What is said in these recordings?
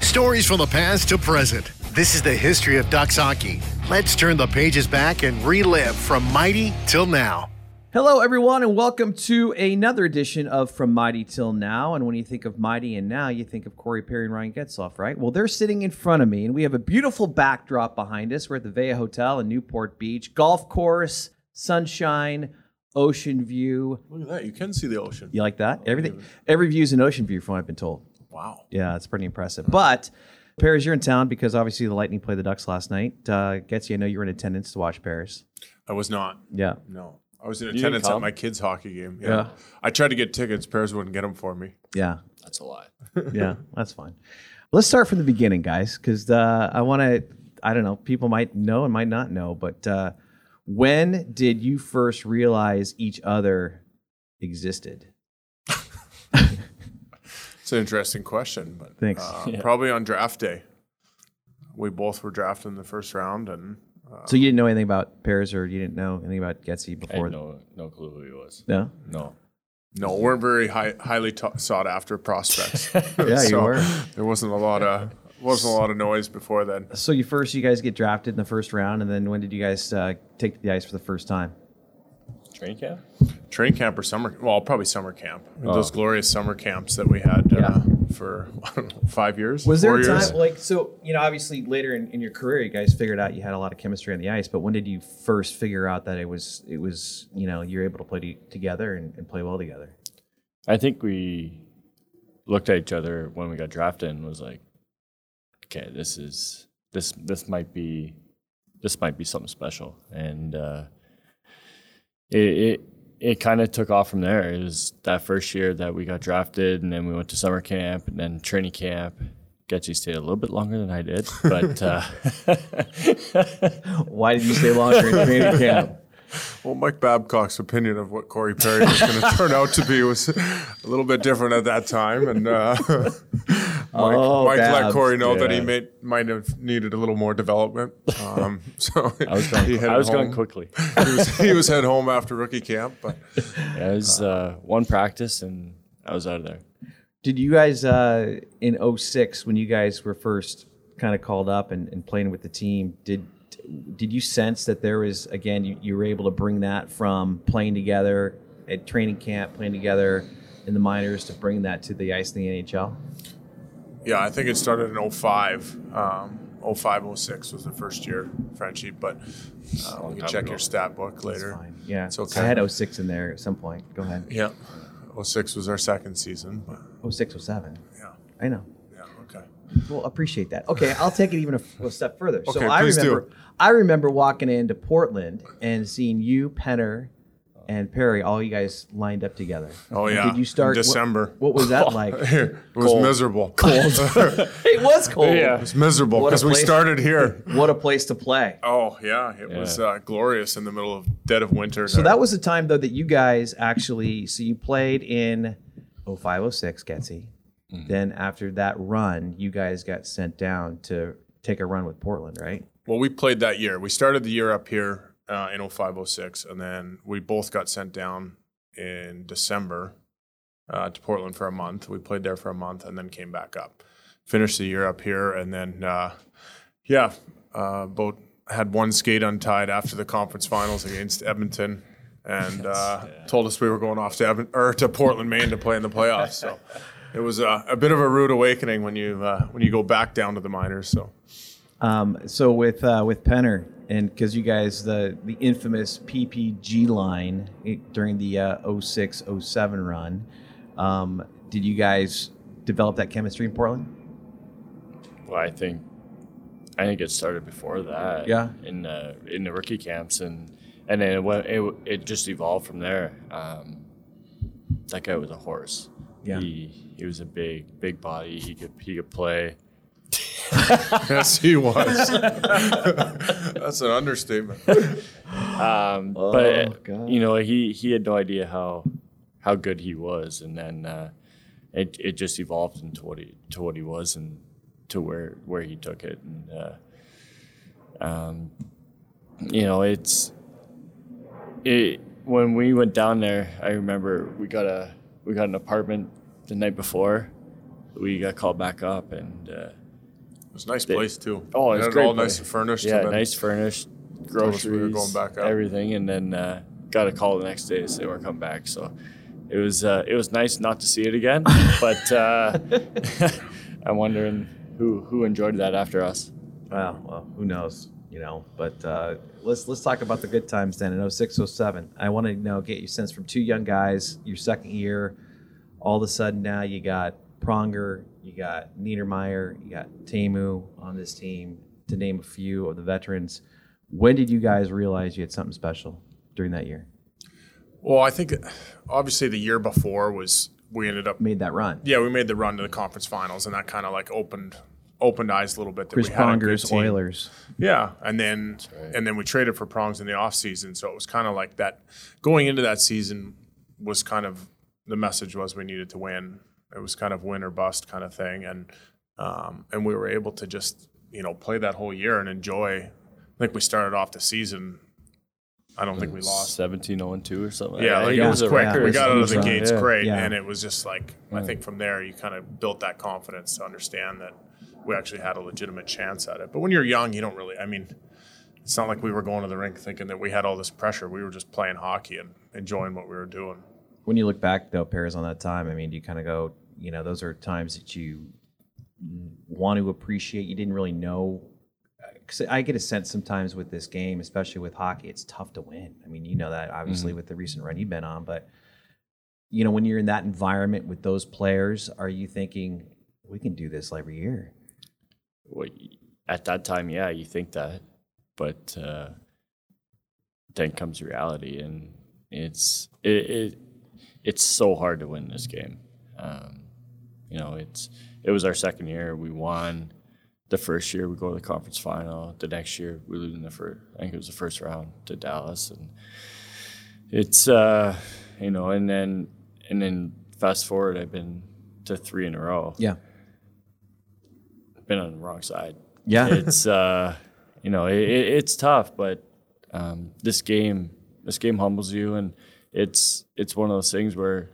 Stories from the past to present. This is the history of Ducks hockey. Let's turn the pages back and relive from mighty till now. Hello, everyone, and welcome to another edition of From Mighty Till Now. And when you think of Mighty and Now, you think of Corey Perry and Ryan Getzloff, right? Well, they're sitting in front of me, and we have a beautiful backdrop behind us. We're at the Vea Hotel in Newport Beach, golf course, sunshine, ocean view. Look at that. You can see the ocean. You like that? Everything, every view is an ocean view, from what I've been told. Wow. Yeah, it's pretty impressive. But Paris, you're in town because obviously the Lightning played the Ducks last night. Uh, Getsy, I know you were in attendance to watch Paris. I was not. Yeah. No. I was in attendance at come? my kids' hockey game. Yeah. Yeah. I tried to get tickets. Paris wouldn't get them for me. Yeah. That's a lot. yeah, that's fine. Let's start from the beginning, guys, because uh, I want to. I don't know. People might know and might not know, but uh, when did you first realize each other existed? It's an interesting question, but Thanks. uh, probably on draft day. We both were drafted in the first round, and so you didn't know anything about Paris, or you didn't know anything about Getsy I had before? no, no clue who he was. No. No. no, weren't very high, highly t- sought after prospects. Yeah, you So were. There wasn't a lot of wasn't a lot of noise before then. So you first, you guys get drafted in the first round, and then when did you guys uh, take the ice for the first time? Training camp? Training camp or summer? Well, probably summer camp. Oh. Those glorious summer camps that we had uh, for I don't know, five years. Was there four a years. time like so? You know, obviously later in, in your career, you guys figured out you had a lot of chemistry on the ice. But when did you first figure out that it was it was you know you're able to play t- together and, and play well together? I think we looked at each other when we got drafted and was like, okay, this is this this might be this might be something special. And uh, it it, it kind of took off from there. It was that first year that we got drafted, and then we went to summer camp and then training camp. Getchy stayed a little bit longer than I did, but uh, Why did you stay longer in training camp? Well, Mike Babcock's opinion of what Corey Perry was going to turn out to be was a little bit different at that time, and uh, Mike, Oh, Mike let Babs. Corey know that he Yeah. may, might have needed a little more development. Um, so I was going, he headed I was going home. quickly. He was, he was head home after rookie camp, but Yeah, it was uh, one practice and I was out of there. Did you guys uh, in 06, when you guys were first kind of called up and, and playing with the team? Did did you sense that there was again you, you were able to bring that from playing together at training camp, playing together in the minors to bring that to the ice in the NHL? yeah, I think it started in 05. Um, 05, 06 was the first year, Frenchie, but uh, we can time check ago. your stat book later. Fine. Yeah. It's okay. I had 06 in there at some point. Go ahead. Yeah. 06 was our second season. But 06, 07. yeah. I know. Yeah. Okay. Well, appreciate that. Okay, I'll take it even a, a step further. so Okay, I please do. remember, I remember walking into Portland and seeing you, Penner, and Perry, all you guys lined up together. Oh, And yeah. Did you start In December. What, what was that like? it It was miserable. Cold. it was cold. Yeah. was miserable What a because we place. started here. What a place to play. Oh yeah, it was Yeah. uh, glorious in the middle of dead of winter. So that was the time though that you guys actually so you played in 0506 Getsy. Then after that run, you guys got sent down to take a run with Portland, right? well, we played that year. We started the year up here uh, in 0506, and then we both got sent down in December uh, to Portland for a month. We played there for a month, and then came back up, finished the year up here, and then uh, yeah, uh, both had one skate untied after the conference finals against Edmonton. And uh, told us we were going off to Edmont- or to Portland, Maine, to play in the playoffs. So it was uh, a bit of a rude awakening when you uh, when you go back down to the minors. So Um, so with uh, with Penner and because you guys the the infamous PPG line it- during the uh, 06 07 run, um, did you guys develop that chemistry in Portland? Well, I think I think it started before that. Yeah. In the in the rookie camps and and then it went, it, it just evolved from there. Um, that guy was a horse. Yeah. He he was a big big body. He could he could play. Yes, he was. That's an understatement. Um, but God. you know he he had no idea how how good he was, and then uh, it it just evolved into what he to what he was and to where where he took it, and uh, um, you know it's it when we went down there. I remember we got a we got an apartment the night before. We got called back up, and uh, was a nice They- place too. Oh, it's Had great all place. nice and furnished. Yeah, and then nice furnished, told us groceries, we were going back up. everything, and then uh, got a call the next day to say we're coming back. So it was uh, it was nice not to see it again, but uh, I'm wondering who who enjoyed that after us. Well, well, who knows, you know. But uh, let's let's talk about the good times then in 06, 07. I want to know get your sense from two young guys, your second year. All of a sudden now you got Pronger, you got Niedermeyer, you got Tamu on this team, to name a few of the veterans. When did you guys realize you had something special during that year? Well, I think obviously the year before was we ended up. Made that run? Yeah, we made the run to the conference finals, and that kind of like opened opened eyes a little bit. That Chris we had a good Pronger's team. Oilers. Yeah, and then and then we traded for prongs in the off season, so it was kind of like that. Going into that season was kind of the message was we needed to win. It was kind of win or bust kind of thing, and um, and we were able to just you know play that whole year and enjoy. I think we started off the season. I don't think we lost. 17 0 2 oh or something. Yeah, like it was quick. yeah, it we was got out of huge the run, gates yeah. great, yeah. and it was just like I think from there you kind of built that confidence to understand that we actually had a legitimate chance at it. But when you're young, you don't really. I mean, it's not like we were going to the rink thinking that we had all this pressure. We were just playing hockey and enjoying what we were doing. when you look back though pairs on that time i mean do you kind of go you know those are times that you want to appreciate you didn't really know because i get a sense sometimes with this game especially with hockey it's tough to win i mean you know that obviously with the recent run you've been on but you know when you're in that environment with those players are you thinking we can do this every year Well, y- at that time, yeah, you think that, but uh, then comes reality, and it's it, it it's so hard to win this game. Um, you know, it's it was our second year. We won the first year. We go to the conference final. The next year, we lose in the first. I think it was the first round to Dallas, and it's uh, you know, and then and then fast forward, I've been to three in a row. yeah Been on the wrong side yeah it's uh, you know it, it, it's tough, but um, this game this game humbles you, and it's it's one of those things where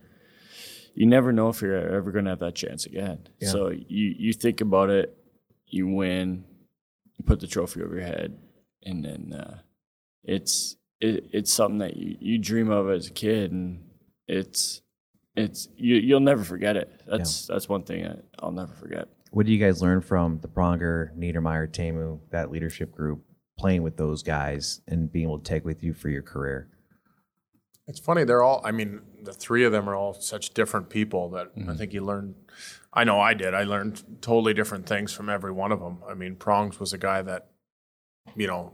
you never know if you're ever going to have that chance again. So you you think about it, you win, you put the trophy over your head, and then uh, it's it, it's something that you, you dream of as a kid, and it's it's you you'll never forget it. That's that's one thing I, I'll never forget. what do you guys learn from the pronger niedermeyer tamu that leadership group playing with those guys and being able to take with you for your career It's funny. They're all. I mean, the three of them are all such different people that I think you learn. I know I did. I learned totally different things from every one of them. I mean, Prongs was a guy that, you know,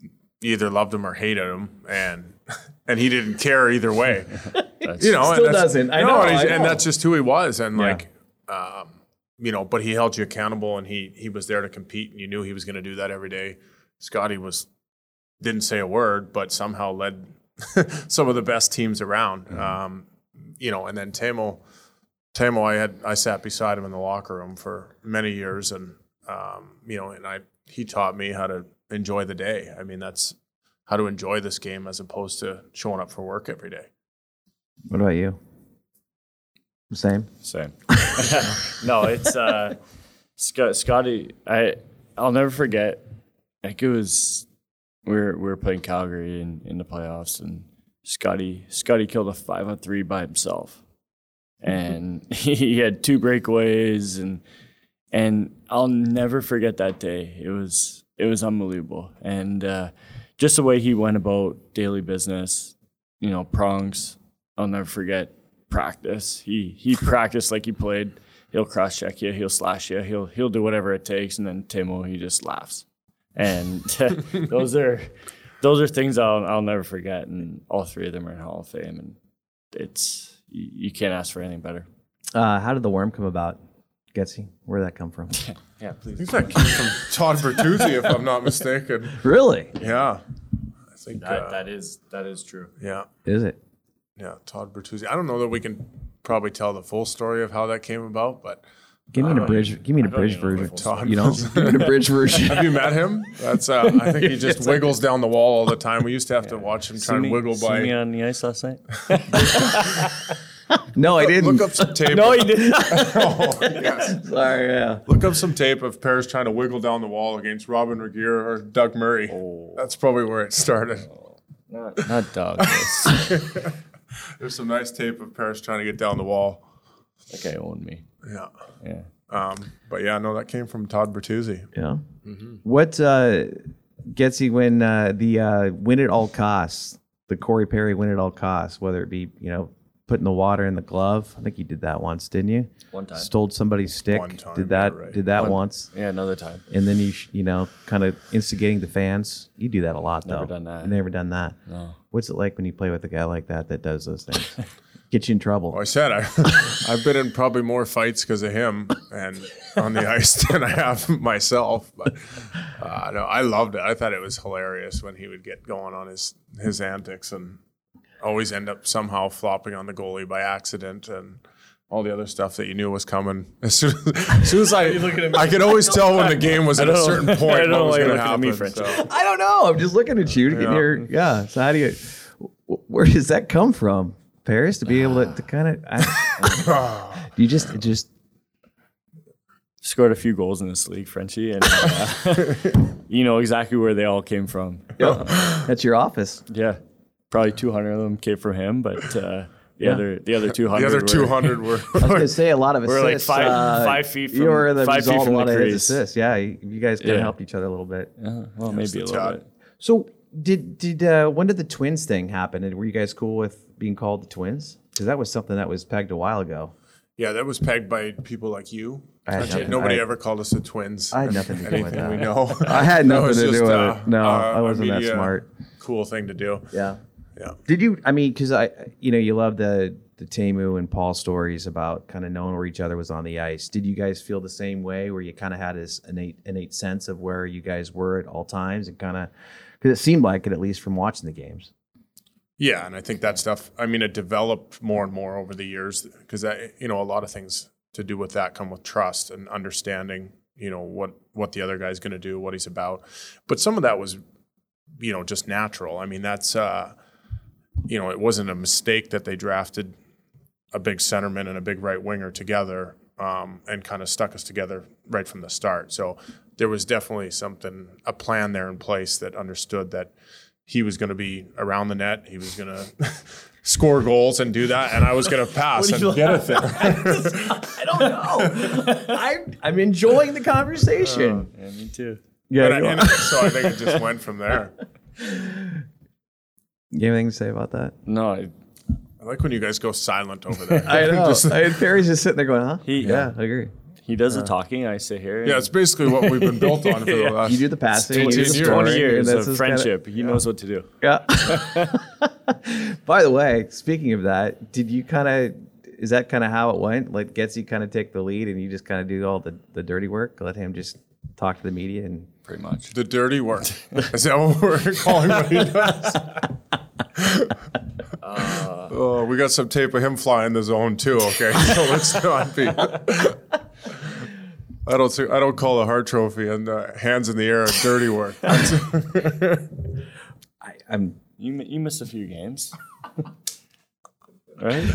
you either loved him or hated him, and and he didn't care either way. That's- you know, Still and that's- doesn't. I no, know, and, I he's- know. and that's just who he was, and Yeah. like, um, you know, but he held you accountable, and he he was there to compete, and you knew he was going to do that every day. Scotty was didn't say a word, but somehow led some of the best teams around. Mm-hmm. Um, you know, and then Tamo, Tamo, I had I sat beside him in the locker room for many years, and um, you know, and I he taught me how to enjoy the day. I mean, that's how to enjoy this game as opposed to showing up for work every day. What about you? Same. Same. no, it's uh, Sc- Scotty. I I'll never forget. Like it was, we were we were playing Calgary in, in the playoffs, and Scotty Scotty killed a five on three by himself, and he had two breakaways, and and I'll never forget that day. It was it was unbelievable, and uh, just the way he went about daily business, you know, prongs. I'll never forget practice. He he practiced like he played. He'll cross check you. He'll slash you. He'll he'll do whatever it takes. And then Timo, he just laughs. And those are those are things I'll I'll never forget. And all three of them are in Hall of Fame. And it's you, you can't ask for anything better. Uh, how did the worm come about, Getsy? Where'd that come from? Yeah, please. I think that came from Todd Bertuzzi, if I'm not mistaken. really? Yeah, I think uh, that is that is true. yeah, Is it? yeah. Todd Bertuzzi. I don't know that we can probably tell the full story of how that came about, but Give me an abridged. Give me an don't abridged even know if version. it's Todd You know, give me an abridged version. Have you met him? That's uh, I think he just wiggles down the wall all the time. We used to have to watch him try and wiggle See me by. on the ice last night. No, I didn't. Look up some tape. No, he didn't. Oh, yes. Sorry, yeah. Look up some tape of Paris trying to wiggle down the wall against Robin Regier or Doug Murray. That's probably where it started. not, not Douglas. There's some nice tape of Paris trying to get down the wall. that guy owned me. Yeah. Yeah. Um, but yeah, no, that came from Todd Bertuzzi. Yeah. Mm-hmm. What uh, gets you when uh, the uh, win at all costs, the Corey Perry win at all costs, whether it be, you know, putting the water in the glove. I think you did that once, didn't you? One time. Stole somebody's stick. One time, did that you're right. did that once. Yeah, another time. And then you sh- you know, kind of instigating the fans. You do that a lot though. Never done that. Never done that. No. What's it like when you play with a guy like that that does those things? Get you in trouble. Well, I said I, I've been in probably more fights because of him and on the ice than I have myself. But uh, no, I loved it. I thought it was hilarious when he would get going on his his antics and always end up somehow flopping on the goalie by accident and all the other stuff that you knew was coming. As soon as, as, soon as I, I could always tell when the game was at a don't- certain I point what don't was like going to looking at me, happen. French. so. I don't know. I'm just looking at you to get Yeah. your yeah. So how do you? wh- Where does that come from, Paris? To be able to, to kind of, I- you just it just Scored a few goals in this league, Frenchie, and uh, you know exactly where they all came from. that's your office. Yeah, probably 200 of them came from him, but uh, the Yeah. other the other 200 The other were- two hundred were. I was gonna say a lot of We're like assists. five- uh, five feet from- you were the five feet result of from a lot the of his crease. assists. Yeah, you, you guys kind of Yeah. helped each other a little bit. Uh, well, maybe a little Todd. bit. So did did uh, when did the twins thing happen? And were you guys cool with being called the twins? Because that was something that was pegged a while ago. Yeah, that was pegged by people like you. I had Actually, nothing- Nobody I- ever called us the twins. I had nothing to do with Anything that. We know. I had That nothing was to do just, with uh, it. No, uh, I a wasn't that media smart. Cool thing to do. Yeah. Yeah. Did you? I mean, because I, you know, you love the the Tamu and Paul stories about kind of knowing where each other was on the ice. Did you guys feel the same way, where you kind of had this innate innate sense of where you guys were at all times, and kind of because it seemed like it at least from watching the games. Yeah, and I think that stuff. I mean, it developed more and more over the years because that you know a lot of things to do with that come with trust and understanding. You know what what the other guy's going to do, what he's about. But some of that was, you know, just natural. I mean, that's uh, you know, it wasn't a mistake that they drafted a big centerman and a big right winger together um, and kind of stuck us together right from the start. So there was definitely something, a plan there in place that understood that he was going to be around the net, he was going to score goals and do that, and I was going to pass and get it there. I don't know. I'm Oh, I'm enjoying the conversation. Yeah, me too. yeah, And I- and so I think it just went from there. you have anything to say about that? No, I, I like when you guys go silent over there. I know. I, Perry's just sitting there going, "Huh? He- yeah, I agree." he does the talking. I sit here. yeah, and- it's basically what we've been built on for the last. You do the passing. you It's do the It's just years. scoring, 20 and years that's of just kinda- friendship. he knows what to do. Yeah. By the way, speaking of that, did you kind of is that kind of how it went? Let Getzey kind of take the lead, and you just kind of do all the, the dirty work. Let him just talk to the media, and Pretty much. The dirty work. Is that what we're calling what he does? oh, we got some tape of him flying the zone too. Okay, so let's not be. I don't. See, I don't call the Hart Trophy and uh, hands in the air dirty work. I, I'm You mi- you missed a few games. right?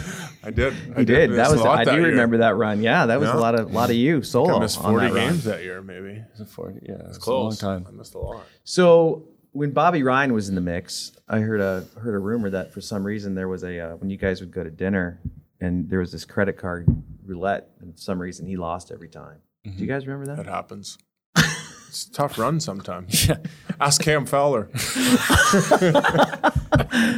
I did. I he did that miss was a lot I do year. remember that run. Yeah, that was Yeah. a lot of lot of you solo I missed on forty that run. games that year, maybe. It was a 40, yeah, it's Close. a long I time. missed a lot. So when Bobby Ryan was in the mix, I heard a heard a rumor that for some reason there was a uh, when you guys would go to dinner and there was this credit card roulette, and for some reason he lost every time. Do you guys remember that? That happens. It's a tough run sometimes. Ask Cam Fowler.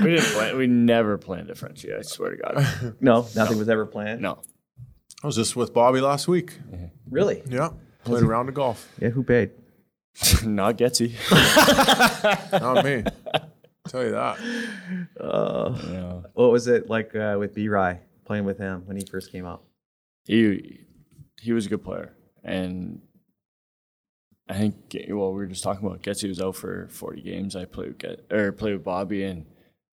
We didn't plan. We never planned a Frenchie. I swear to God. No, nothing was ever planned. No. I was just with Bobby last week. Really? Yeah, played a round of golf. Yeah, who paid? Not Getty. Not me. Tell you that. No. What was it like uh, with B Rye playing with him when he first came out? he he was a good player, and I think well, we were just talking about Getsy was out for forty games. I played with Get, or played with Bobby, and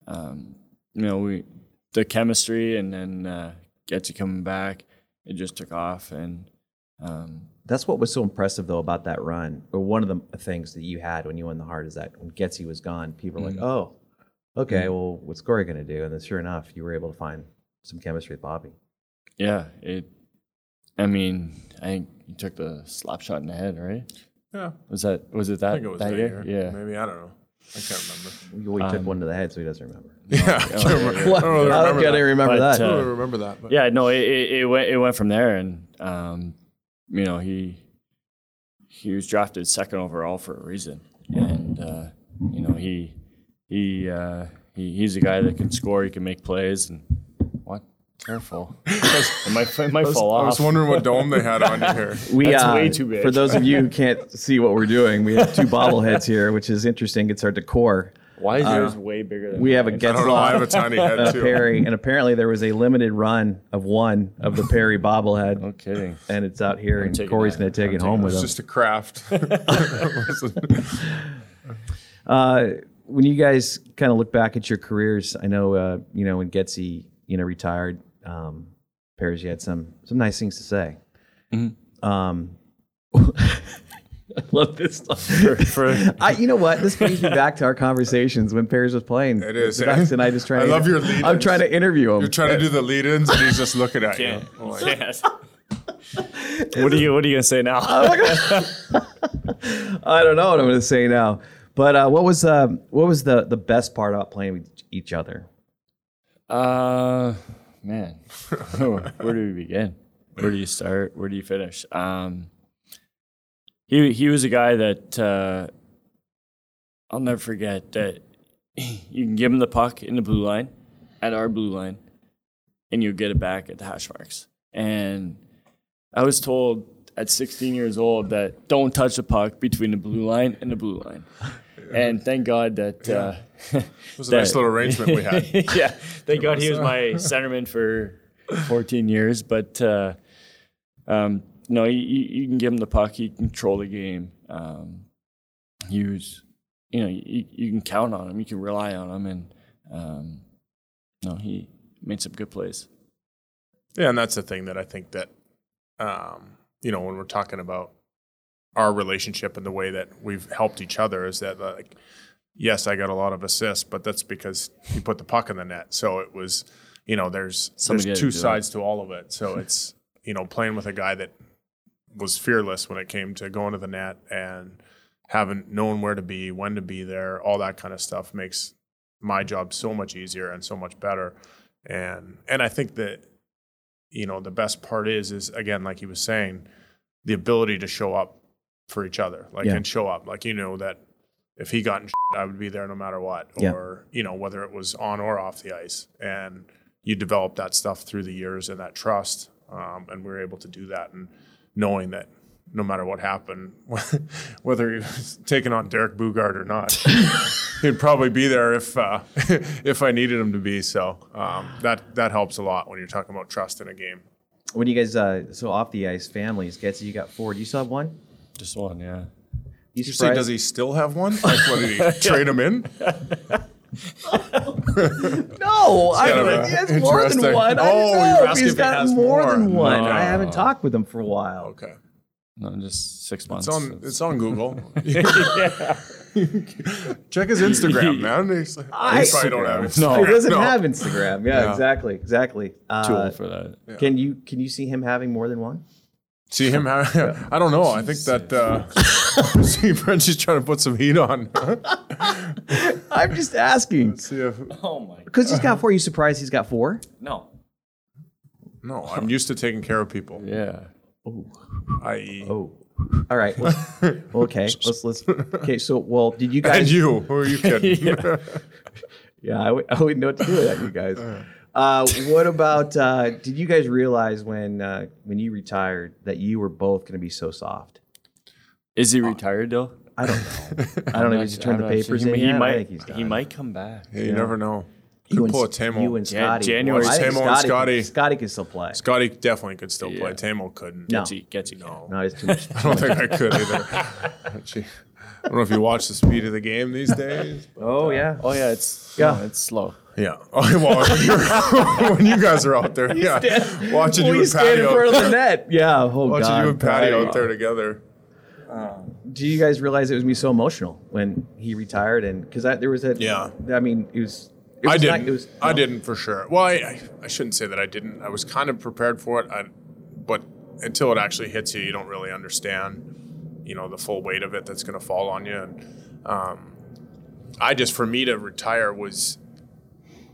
um, you know we the chemistry, and then uh, Getsy coming back, it just took off, and um, That's what was so impressive though about that run, or one of the things that you had when you won the heart is that when Getzey Mm-hmm. was gone, people were like, "Oh, okay, well, what's Corey going to do?" And then sure enough, you were able to find some chemistry with Bobby. Yeah, it. I mean, I think you took the slap shot in the head, right? Yeah, Was that was it that, I think it was that, year? Yeah. maybe I don't know. I can't remember. Well, he took one to the head, so he doesn't remember. Yeah, I can't remember. I don't really How remember can I remember that. But, that? I uh, don't really remember that. But Oh, Yeah, no, it, it, it went it went from there, and um, you know he he was drafted second overall for a reason, and uh, you know he he uh, he he's a guy that can score, he can make plays, and what careful, it might it might fall I off. was wondering what dome they had on you here. we That's uh, way too big. For those of you who can't see what we're doing, we have two bobbleheads here, which is interesting. It's our decor. Why is yours way bigger than uh, We have a I don't know. I have a Getzloff tiny head and a too. Perry, and apparently there was a limited run of one of the Perry bobblehead, No kidding. and it's out here, and taking Corey's that. going to take I'm it home taking with It's him. just a craft. Uh, when you guys kind of look back at your careers, I know uh, you know when Getzey you know retired, um, Perez, you had some some nice things to say. Um, I love this. Stuff. For- I, you know what? This brings me back to our conversations when Perez was playing. It is. the Ducks, and I just try. I to- love your lead-ins. I'm trying to interview him. You're trying to do the lead-ins, and he's just looking at you. I'm like, oh, yes. what are you What are you gonna say Uh, now? I don't know what I'm going to say now. But uh, what was uh, what was the the best part about playing with each other? Uh, man, where do we begin? Where do you start? Where do you finish? Um, he he was a guy that uh, I'll never forget. That you can give him the puck in the blue line, at our blue line, and you'll get it back at the hash marks. And I was told at 16 years old that don't touch the puck between the blue line and the blue line. And thank God that. Uh, It was a nice That- little arrangement we had. yeah, thank God he was my centerman for 14 years. But uh, um, no, you, you you can give him the puck. You control the game. Um, use, you know, you, you can count on him. You can rely on him, and um, no, he made some good plays. Yeah, and that's the thing that I think that, um, you know, when we're talking about our relationship and the way that we've helped each other is that like, yes, I got a lot of assists, but that's because he put the puck in the net. So it was, you know, there's Somebody had there's to two do it. sides to all of it. So it's you know playing with a guy that was fearless when it came to going to the net and having knowing where to be, when to be there, all that kind of stuff makes my job so much easier and so much better. And and I think that you know the best part is is again like he was saying the ability to show up for each other like Yeah. and show up like you know that if he got in I would be there no matter what Yeah. or you know whether it was on or off the ice and you develop that stuff through the years and that trust um, and we were able to do that and knowing that no matter what happened whether he was taking on Derek Bugard or not he'd probably be there if uh, if I needed him to be so um, that that helps a lot when you're talking about trust in a game When you guys uh, so off the ice families, Getzey, you got four. Do you still have one? Just one, yeah. You You say, surprised- does he still have one? Like, what did he trade him in? No, I kind of don't- a- he has more than interesting. one. I Oh, don't you're know if asking he's if he got has more than more. one. No. I haven't talked with him for a while. Okay, No, just six months. it's on. It's on Google. Check his Instagram, man. He's like, I- he probably don't have it. No. He doesn't Oh, No. have Instagram. Yeah, Yeah. exactly, exactly. too Uh, old for that. Can you can you see him having more than one? See him? Have, I don't know. I think that uh, see Frenchie's trying to put some heat on. I'm just asking see if Oh my. because he's Uh-huh. got four. You surprised he's got four? No. no, I'm used to taking care of people. E. Yeah. I.e. Oh, all right. Well, okay, let's let's. Okay, so well, did you and guys? you. Who are you kidding? Yeah, I would, I wouldn't know what to do without you guys. Uh-huh. Uh, what about? Uh, did you guys realize when uh, when you retired that you were both going to be so soft? Is he retired though? I don't know. I don't know. Did you turn turned the papers he, in? He yet? I might. think he's he done. might come back. you never know. You Could and, pull a S- you and Tamo. Yeah, Scotty. January I think Tamo and Scotty. Can, Scotty can still play. Scotty definitely could still play. Yeah. Tamo couldn't. No. Gets he, gets he. No. No, it's too much. I don't think I could either. Gee, I don't know if you watch the speed of the game these days. oh yeah. Oh yeah, it's Yeah. yeah, it's slow. Yeah. Oh, well, you're- when you guys are out there, yeah, watching Well, you he and stayed Patty, in out, front of the net. Yeah. Oh watching God. you and Patty Patty. out there together. Do you guys realize it was me so emotional when he retired? And because there was that. Yeah. I mean, it was It I was not- didn't. it was- I no. didn't for sure. Well, I, I, I shouldn't say that I didn't. I was kind of prepared for it, I, but until it actually hits you, you don't really understand, you know, the full weight of it that's going to fall on you. And um, I just, for me to retire was,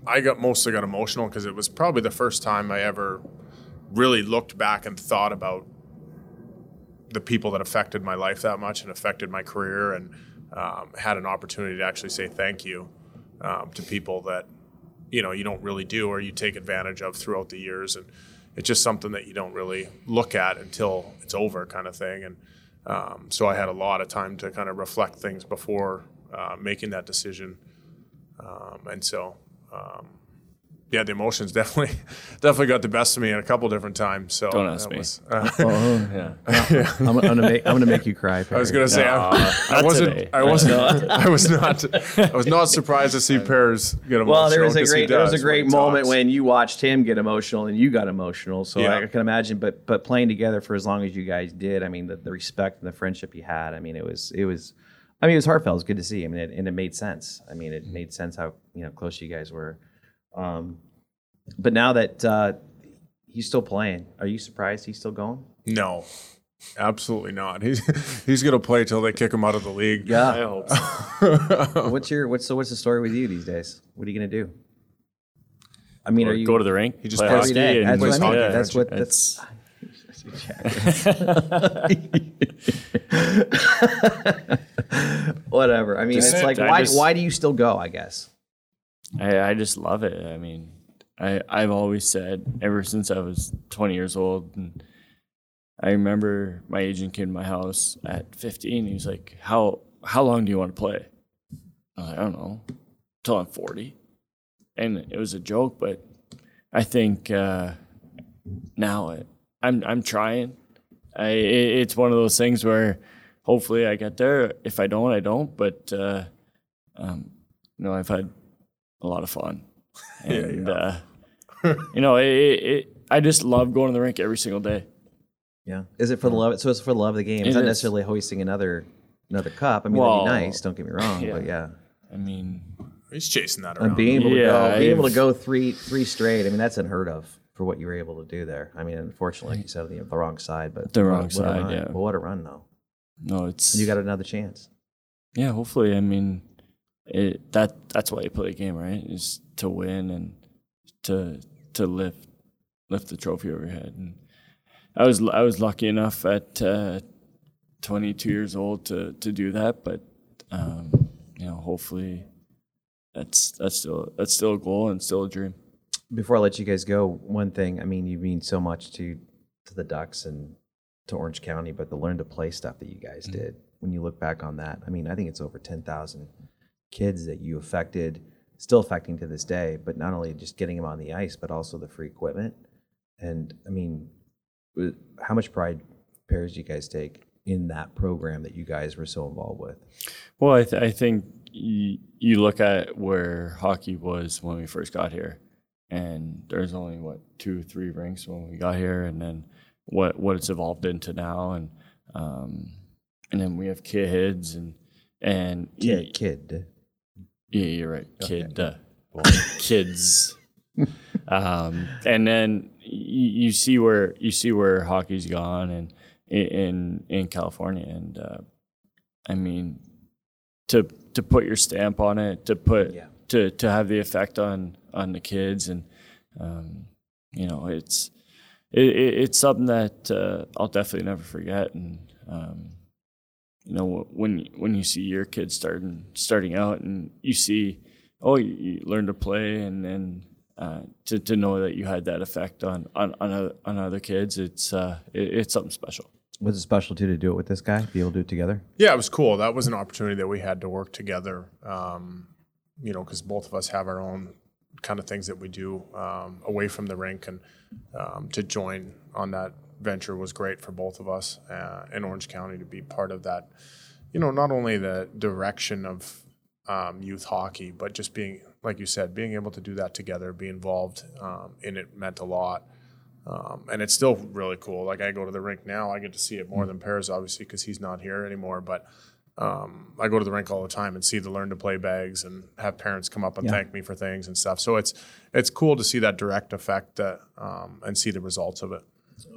I got mostly got emotional because it was probably the first time I ever really looked back and thought about the people that affected my life that much and affected my career and um, had an opportunity to actually say thank you um, to people that you know you don't really do or you take advantage of throughout the years and it's just something that you don't really look at until it's over kind of thing and um, so i had a lot of time to kind of reflect things before uh, making that decision um, and so um, yeah the emotions definitely definitely got the best of me in a couple different times so Don't ask that me. was- Oh, yeah. I'm, I'm gonna make I'm gonna make you cry. I was gonna say I- I, not wasn't. today. I wasn't. I was not. I was not surprised to see Pears get emotional. Well, there was a 'cause he great there was a does great when he moment talks. when you watched him get emotional and you got emotional. So Yeah. I can imagine, but but playing together for as long as you guys did, I mean, the, the respect and the friendship you had, I mean, it was it was, I mean, it was heartfelt. It was good to see. I mean, it, and it made sense. I mean, Mm-hmm. it made sense how you know close you guys were. Um, but now that uh, he's still playing, are you surprised he's still going? No, absolutely not. He's he's gonna play till they kick him out of the league. I Yeah. hope. so. what's your what's so what's the story with you these days? What are you gonna do? I mean, are you go to the rink. He just play plays hockey every day. and That's what I plays mean. hockey. That's what- It's- whatever? I mean, Just- it's like I why just- why do you still go? I guess. I, I just love it. I mean, I I've always said ever since I was 20 years old, and I remember my agent came to my house at 15. He was like, "How how long do you want to play?" I was like, "I don't know, till I'm 40." And it was a joke, but I think uh, now it, I'm I'm trying. I it, it's one of those things where hopefully I get there. If I don't, I don't. But uh, um, you know, I've had a lot of fun. And Uh, you know, it, it, it, I just love going to the rink every single day. Yeah. Is it for the love? So it's for the love of the game. It's It not is. necessarily hoisting another another cup. I mean, Well, that'd be nice. Don't get me wrong, but yeah, I mean, He's chasing that and around. being able to go, Yeah, being able to I've- go three three straight. I mean, that's unheard of for what you were able to do there. I mean, unfortunately, like you said the, the wrong side, but The what- wrong what a side, run. yeah. Well, what a run though. no, it's You got another chance. yeah. Hopefully, I mean, it, that that's why you play a game, right? Is to win and to to lift lift the trophy over your head. And I was I was lucky enough at uh, 22 years old to to do that, but um, you know, hopefully, that's that's still that's still a goal and still a dream. before I let you guys go, one thing. I mean, you mean so much to to the Ducks and to Orange County, but the learn to play stuff that you guys did. When you look back on that, I mean, I think it's over ten thousand kids that you affected, still affecting to this day. But not only just getting them on the ice, but also the free equipment. And I mean, w- how much pride pairs do you guys take in that program that you guys were so involved with? Well, I, th- I think you, you look at where hockey was when we first got here, and there's only what two, three rinks when we got here, and then what what it's evolved into now, and um, and then we have kids and and Yeah, kid. yeah, you're right. Kid, uh, well, kids. um, and then y- you see where you see where hockey's gone and in in California, and uh, I mean to to put your stamp on it, to put Yeah. to to have the effect on on the kids, and um, you know it's it, it, it's something that uh, I'll definitely never forget, and um, you know when when you see your kids starting starting out and you see oh you, you learn to play and then uh, to to know that you had that effect on on on, oth- on other kids it's uh it, it's something special Was it special too to do it with this guy? Be able to do it together? Yeah, it was cool. That was an opportunity that we had to work together. Um, you know, because both of us have our own kind of things that we do um, away from the rink, and um, to join on that venture was great for both of us uh, in Orange County to be part of that. You know, not only the direction of um, youth hockey, but just being, like you said, being able to do that together, be involved um, in it meant a lot. Um, and it's still really cool. Like I go to the rink now, I get to see it more than Paris, obviously, because he's not here anymore. But um, I go to the rink all the time and see the learn to play bags and have parents come up and thank me for things and stuff. So it's it's cool to see that direct effect that, um, and see the results of it.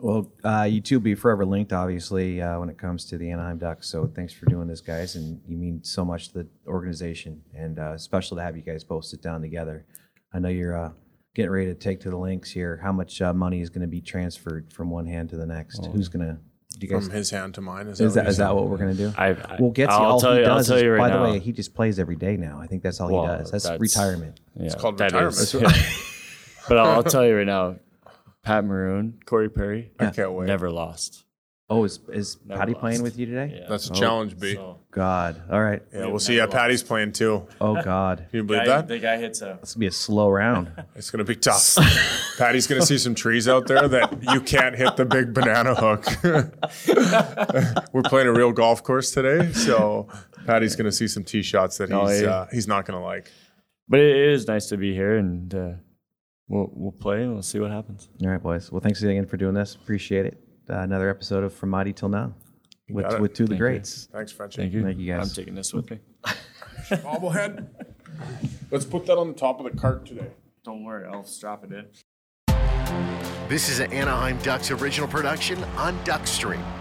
Well, uh, you two be forever linked, obviously, uh, when it comes to the Anaheim Ducks. So thanks for doing this, guys, and you mean so much to the organization, and uh, special to have you guys both sit down together. I know you're uh, getting ready to take to the links here. How much uh, money is going to be transferred from one hand to the next? Who's going to? Do you guys? From his hand to mine is, Is that that, what is that what we're going to do? I- I- we'll get to I'll all tell he you- I'll does. tell is- you right by now. the way, he just plays every day now. I think that's all Well, he does. That's, that's- retirement. Yeah, It's called that retirement. is- but I'll, I'll tell you right now, Pat Maroon, Corey Perry, I can't wait. never lost. Oh, is is Never Patty lost. playing with you today? Yeah. That's a challenge, B. So, God. All right. yeah, we'll see how Patty's playing too. Oh God. Can you believe guy, that? the guy hits a It's gonna be a slow round. It's gonna be tough. Patty's gonna see some trees out there that you can't hit the big banana hook. We're playing a real golf course today, so Patty's gonna see some tee shots that No, he's yeah. uh, he's not gonna like. But it is nice to be here, and uh, we'll we'll play and we'll see what happens. All right, boys. Well, thanks again for doing this. Appreciate it. Uh, another episode of From Mighty Till Now got with, it. with two of the greats. Thanks, Frenchie. Thank you. Thank you, guys. I'm taking this with me. Bobblehead. Let's put that on the top of the cart today. Don't worry, I'll strap it in. This is an Anaheim Ducks original production on Duckstream.